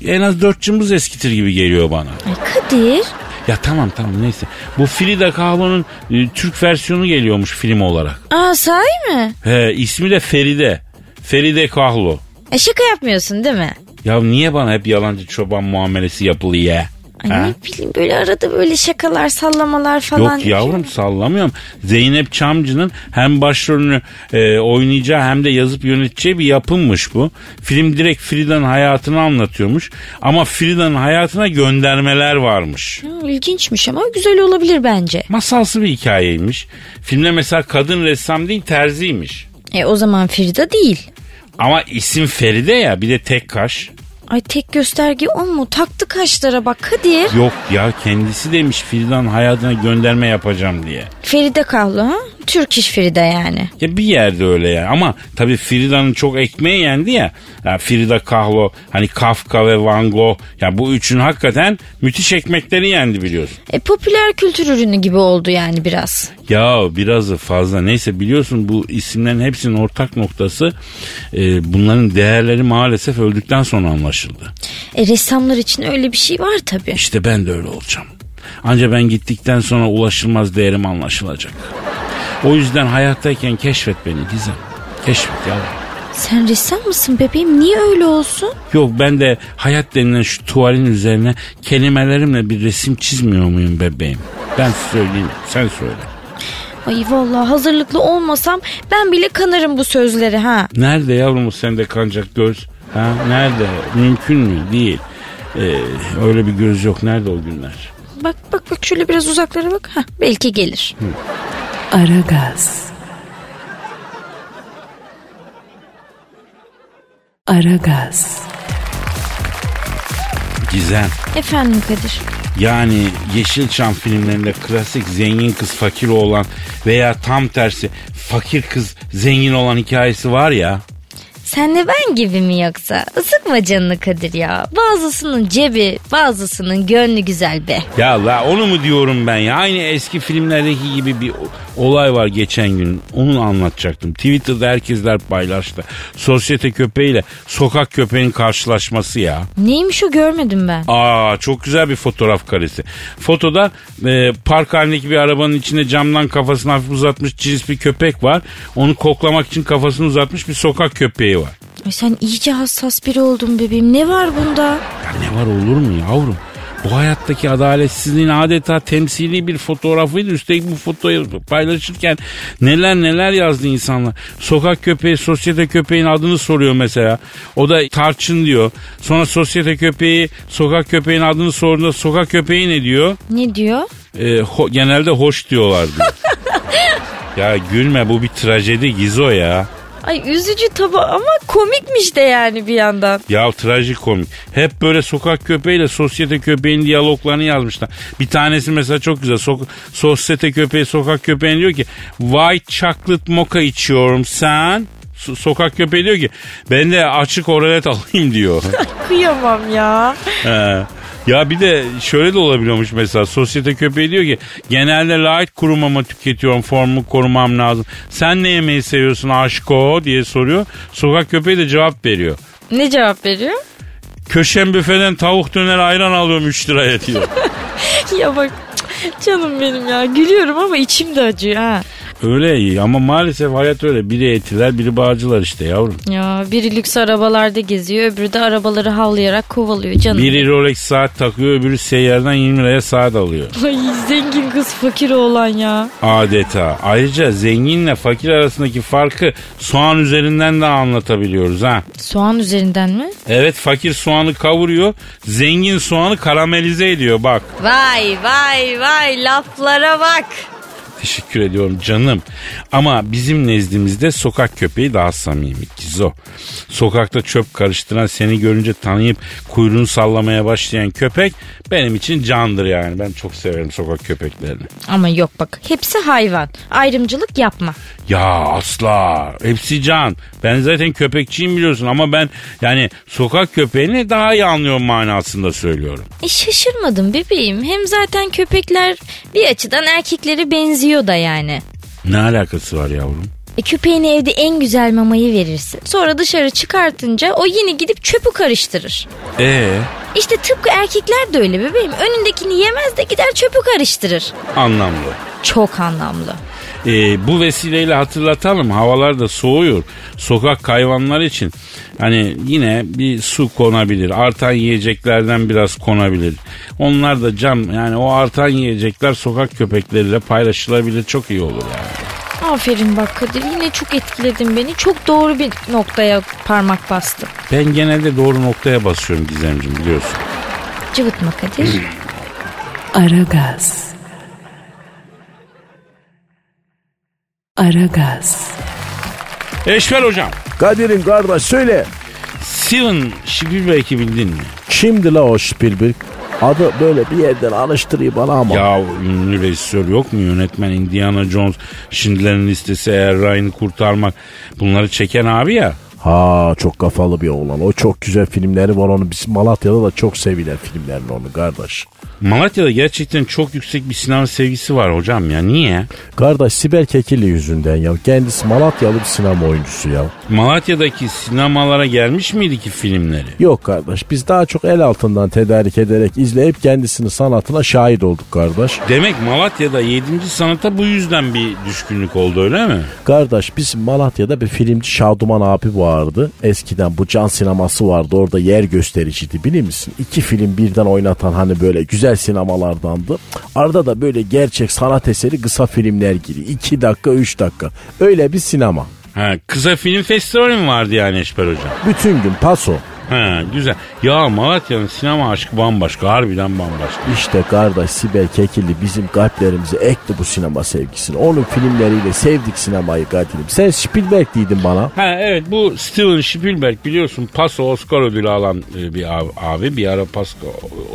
B: en az dört cımbız eskitir gibi geliyor bana.
D: Ay Kadir
B: Ya tamam tamam neyse. Bu Frida Kahlo'nun e, Türk versiyonu geliyormuş film olarak.
D: Aa sahi mi?
B: He ismi de Feride. Feride Kahlo.
D: E şaka yapmıyorsun değil mi?
B: Ya niye bana hep yalancı çoban muamelesi yapılıyor?
D: Ay
B: Ha?
D: ne bileyim böyle arada böyle şakalar sallamalar falan.
B: Yok yavrum sallamıyorum. Zeynep Çamcı'nın hem başrolünü e, oynayacağı hem de yazıp yöneteceği bir yapımmış bu. Film direkt Frida'nın hayatını anlatıyormuş. Ama Frida'nın hayatına göndermeler varmış.
D: Hı, İlginçmiş Hmm, ama güzel olabilir bence.
B: Masalsı bir hikayeymiş. Filmde mesela kadın ressam değil terziymiş.
D: E o zaman Frida değil.
B: Ama isim Feride ya bir de tek kaş.
D: Ay tek gösterge o mu? Taktı kaşlara bak Kadir.
B: Yok ya kendisi demiş Fidan hayatına gönderme yapacağım diye.
D: Feride Kahlo ha? Türk iş Feride yani.
B: Ya bir yerde öyle yani ama tabii Frida'nın çok ekmeği yendi ya. ya Frida Kahlo hani Kafka ve Van Gogh ya bu üçün hakikaten müthiş ekmekleri yendi biliyorsun.
D: E popüler kültür ürünü gibi oldu yani biraz.
B: Ya birazı fazla neyse biliyorsun bu isimlerin hepsinin ortak noktası e, bunların değerleri maalesef öldükten sonra anlaşıldı.
D: E ressamlar için öyle bir şey var tabii.
B: İşte ben de öyle olacağım. Anca ben gittikten sonra ulaşılmaz değerim anlaşılacak. O yüzden hayattayken keşfet beni Gizem. Keşfet ya.
D: Sen ressam mısın bebeğim? Niye öyle olsun?
B: Yok ben de hayat denilen şu tuvalin üzerine kelimelerimle bir resim çizmiyor muyum bebeğim? Ben söyleyeyim sen söyle.
D: Ay vallahi hazırlıklı olmasam ben bile kanarım bu sözleri ha.
B: Nerede yavrum o sende kancak göz? Ha, nerede? Mümkün mü? Değil. Ee, öyle bir göz yok. Nerede o günler?
D: Bak bak bak şöyle biraz uzaklara bak. Hah, belki gelir.
A: Aragaz. Aragaz.
B: Gizem.
D: Efendim Kadir.
B: Yani Yeşilçam filmlerinde klasik zengin kız fakir olan veya tam tersi fakir kız zengin olan hikayesi var ya.
D: Sen de ben gibi mi yoksa? Isıkma canını Kadir ya. Bazısının cebi, bazısının gönlü güzel be.
B: Ya la onu mu diyorum ben ya? Aynı eski filmlerdeki gibi bir o- olay var geçen gün. Onu anlatacaktım. Twitter'da herkesler paylaştı. Sosyete köpeğiyle sokak köpeğin karşılaşması ya.
D: Neymiş o görmedim ben.
B: Aa çok güzel bir fotoğraf karesi. Fotoda e, park halindeki bir arabanın içinde camdan kafasını hafif uzatmış cins bir köpek var. Onu koklamak için kafasını uzatmış bir sokak köpeği var.
D: Ay sen iyice hassas biri oldun bebeğim. Ne var bunda?
B: Ya ne var olur mu yavrum? Bu hayattaki adaletsizliğin adeta temsili bir fotoğrafıydı. Üstelik bu fotoyu paylaşırken neler neler yazdı insanlar. Sokak köpeği, sosyete köpeğin adını soruyor mesela. O da tarçın diyor. Sonra sosyete köpeği, sokak köpeğin adını sorduğunda sokak köpeği ne diyor?
D: Ne diyor?
B: Ee, ho- genelde hoş diyorlar diyor. ya gülme bu bir trajedi Gizo ya.
D: Ay üzücü tabi ama komikmiş de yani bir yandan.
B: Ya trajikomik. Hep böyle sokak köpeğiyle sosyete köpeğin diyaloglarını yazmışlar. Bir tanesi mesela çok güzel. Sok sosyete köpeği sokak köpeğine diyor ki Vay chocolate mocha içiyorum sen. So- sokak köpeği diyor ki ben de açık oralet alayım diyor.
D: Kıyamam ya.
B: He. Ya bir de şöyle de olabiliyormuş mesela sosyete köpeği diyor ki genelde light kuru mama tüketiyorum formu korumam lazım. Sen ne yemeği seviyorsun aşko diye soruyor. Sokak köpeği de cevap veriyor.
D: Ne cevap veriyor?
B: Köşen büfeden tavuk döner ayran alıyorum 3 liraya diyor.
D: ya bak cık, canım benim ya gülüyorum ama içim de acıyor ha.
B: öyle iyi ama maalesef hayat öyle. Biri etiler biri bağcılar işte yavrum.
D: Ya biri lüks arabalarda geziyor öbürü de arabaları havlayarak kovalıyor canım.
B: Biri Rolex saat takıyor öbürü seyyardan 20 liraya saat alıyor.
D: Ay zengin kız fakir oğlan ya.
B: Adeta. Ayrıca zenginle fakir arasındaki farkı soğan üzerinden de anlatabiliyoruz ha.
D: Soğan üzerinden mi?
B: Evet fakir soğanı kavuruyor. Zengin soğanı karamelize ediyor bak.
D: Vay vay vay laflara bak.
B: Teşekkür ediyorum canım. Ama bizim nezdimizde sokak köpeği daha samimi Gizo. Sokakta çöp karıştıran seni görünce tanıyıp kuyruğunu sallamaya başlayan köpek benim için candır yani. Ben çok severim sokak köpeklerini.
D: Ama yok bak hepsi hayvan. Ayrımcılık yapma.
B: Ya asla. Hepsi can. Ben zaten köpekçiyim biliyorsun ama ben yani sokak köpeğini daha iyi anlıyorum manasında söylüyorum.
D: E şaşırmadım bebeğim. Hem zaten köpekler bir açıdan erkeklere benziyor da yani.
B: Ne alakası var yavrum?
D: E köpeğine evde en güzel mamayı verirsin. Sonra dışarı çıkartınca o yine gidip çöpü karıştırır.
B: Ee
D: İşte tıpkı erkekler de öyle bebeğim. Önündekini yemez de gider çöpü karıştırır.
B: anlamlı.
D: Çok anlamlı.
B: Ee, bu vesileyle hatırlatalım havalar da soğuyor. Sokak hayvanları için hani yine bir su konabilir. Artan yiyeceklerden biraz konabilir. Onlar da cam yani o artan yiyecekler sokak köpekleriyle paylaşılabilir. Çok iyi olur yani.
D: Aferin bak Kadir yine çok etkiledin beni. Çok doğru bir noktaya parmak bastın.
B: Ben genelde doğru noktaya basıyorum Gizemciğim biliyorsun.
D: Cıvıtma Kadir.
A: Aragaz. Aragaz.
B: Eşver hocam.
C: Kadir'im kardeş söyle.
B: Steven Spielberg'i bildin mi?
C: Kimdi la o Spielberg? Adı böyle bir yerden alıştırıyor bana ama.
B: Ya ünlü rejisör yok mu? Yönetmen Indiana Jones, Schindler'in listesi, Er Ryan'ı kurtarmak. Bunları çeken abi ya.
C: Ha çok kafalı bir oğlan. O çok güzel filmleri var onun. Biz Malatya'da da çok sevilen filmlerin onu kardeş.
B: Malatya'da gerçekten çok yüksek bir sinema sevgisi var hocam ya. Niye?
C: Kardeş Sibel Kekilli yüzünden ya. Kendisi Malatyalı bir sinema oyuncusu ya.
B: Malatya'daki sinemalara gelmiş miydi ki filmleri?
C: Yok kardeş biz daha çok el altından tedarik ederek izleyip kendisini sanatına şahit olduk kardeş.
B: Demek Malatya'da 7. sanata bu yüzden bir düşkünlük oldu öyle mi?
C: Kardeş biz Malatya'da bir filmci Şaduman abi vardı. Eskiden bu can sineması vardı orada yer göstericiydi bilir misin? İki film birden oynatan hani böyle güzel sinemalardandı. Arada da böyle gerçek sanat eseri kısa filmler gibi. iki dakika üç dakika. Öyle bir sinema.
B: Ha, kısa film festivali mi vardı yani Eşber hocam?
C: Bütün gün paso.
B: He, güzel. Ya Malatya'nın sinema aşkı bambaşka. Harbiden bambaşka.
C: İşte kardeş Sibel Kekilli bizim kalplerimize ekti bu sinema sevgisini. Onun filmleriyle sevdik sinemayı katilim. Sen Spielberg diydin bana.
B: Ha evet bu Steven Spielberg biliyorsun Paso Oscar ödülü alan e, bir abi, abi. bir ara Paso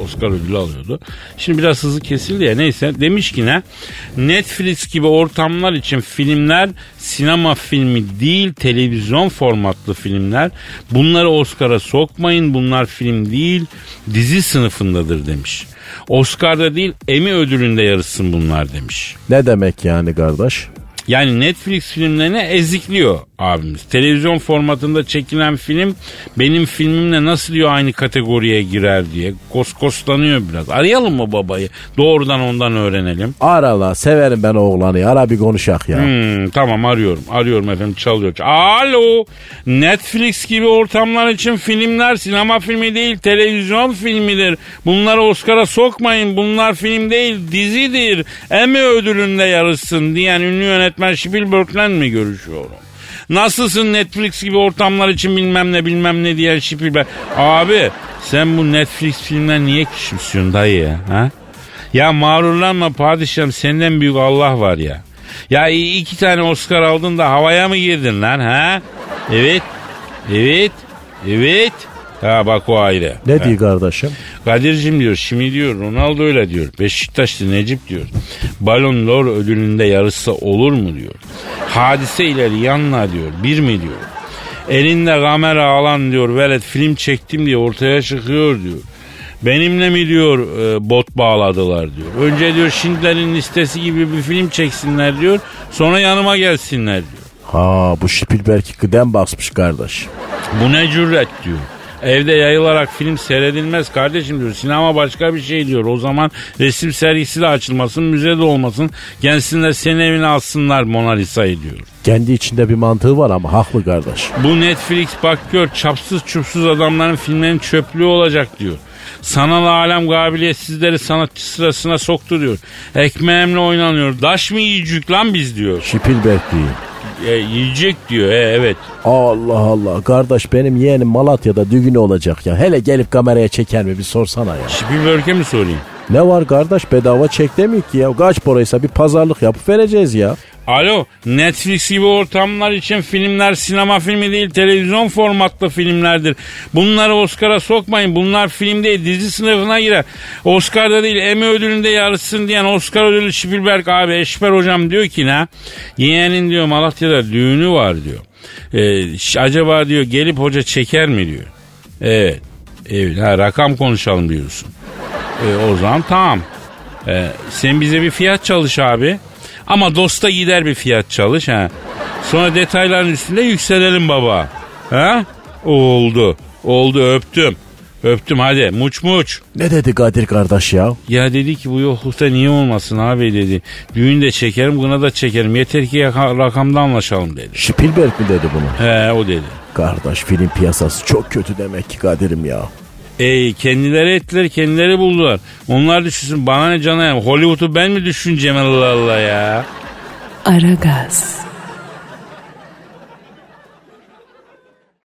B: Oscar ödülü alıyordu. Şimdi biraz hızlı kesildi ya neyse demiş ki ne Netflix gibi ortamlar için filmler sinema filmi değil televizyon formatlı filmler. Bunları Oscar'a sokmayın bunlar film değil dizi sınıfındadır demiş. Oscar'da değil Emmy ödülünde yarışsın bunlar demiş.
C: Ne demek yani kardeş?
B: Yani Netflix filmlerini ezikliyor abimiz. Televizyon formatında çekilen film benim filmimle nasıl diyor aynı kategoriye girer diye. Koskoslanıyor biraz. Arayalım mı babayı? Doğrudan ondan öğrenelim.
C: Ara la severim ben oğlanı. ya. Ara bir konuşak ya.
B: Hmm, tamam arıyorum. Arıyorum efendim çalıyor. Alo. Netflix gibi ortamlar için filmler sinema filmi değil televizyon filmidir. Bunları Oscar'a sokmayın. Bunlar film değil dizidir. Emmy ödülünde yarışsın diyen ünlü yönetmen Spielberg'le mi görüşüyorum? Nasılsın Netflix gibi ortamlar için bilmem ne bilmem ne diyen Spielberg. Abi sen bu Netflix filmden niye küçümsüyorsun dayı ya? Ha? Ya mağrurlanma padişahım senden büyük Allah var ya. Ya i- iki tane Oscar aldın da havaya mı girdin lan ha? Evet. Evet. Evet. Ha bak o ayrı.
C: Ne diyor kardeşim?
B: Kadir'cim diyor, şimdi diyor, Ronaldo öyle diyor. Beşiktaşlı Necip diyor. Balon Lor ödülünde yarışsa olur mu diyor. Hadise ileri yanına diyor, bir mi diyor. Elinde kamera alan diyor, velet film çektim diye ortaya çıkıyor diyor. Benimle mi diyor e, bot bağladılar diyor. Önce diyor Schindler'in listesi gibi bir film çeksinler diyor. Sonra yanıma gelsinler diyor.
C: Ha bu Spielberg kıdem basmış kardeş.
B: Bu ne cüret diyor. Evde yayılarak film seyredilmez kardeşim diyor. Sinema başka bir şey diyor. O zaman resim sergisi de açılmasın, müze de olmasın. Gelsinler seni evine alsınlar Mona Lisa'yı diyor.
C: Kendi içinde bir mantığı var ama haklı kardeş.
B: Bu Netflix bak gör çapsız çupsuz adamların filmlerin çöplüğü olacak diyor. Sanal alem kabiliyetsizleri sanatçı sırasına soktu diyor. Ekmeğimle oynanıyor. Daş mı yiyecek lan biz diyor.
C: Spielberg değil.
B: E, yiyecek diyor. E, evet.
C: Allah Allah kardeş benim yeğenim Malatya'da düğünü olacak ya. Hele gelip kameraya çeker mi bir sorsana ya.
B: Spielberg'e mi sorayım?
C: Ne var kardeş bedava çek demiyor ki ya. Kaç paraysa bir pazarlık yapıp vereceğiz ya.
B: Alo Netflix gibi ortamlar için filmler sinema filmi değil televizyon formatlı filmlerdir. Bunları Oscar'a sokmayın bunlar film değil dizi sınıfına girer. Oscar'da değil Emmy ödülünde yarışsın diyen Oscar ödülü Spielberg abi Eşber hocam diyor ki ne? Yeğenin diyor Malatya'da düğünü var diyor. Ee, ş- acaba diyor gelip hoca çeker mi diyor. Evet. Evet ha, rakam konuşalım diyorsun. E, o zaman tamam. E, sen bize bir fiyat çalış abi. Ama dosta gider bir fiyat çalış ha. Sonra detayların üstünde yükselelim baba. Ha? Oldu. Oldu öptüm. Öptüm hadi muç muç.
C: Ne dedi Kadir kardeş ya?
B: Ya dedi ki bu yoklukta niye olmasın abi dedi. Düğün de çekerim gına da çekerim. Yeter ki yaka- rakamda anlaşalım dedi.
C: Spielberg mi dedi bunu?
B: He o dedi.
C: Kardeş film piyasası çok kötü demek ki Kadir'im ya.
B: E, kendileri ettiler kendileri buldular. Onlar düşünsün bana ne cana ya. Hollywood'u ben mi düşüneceğim Allah Allah ya.
A: Aragaz.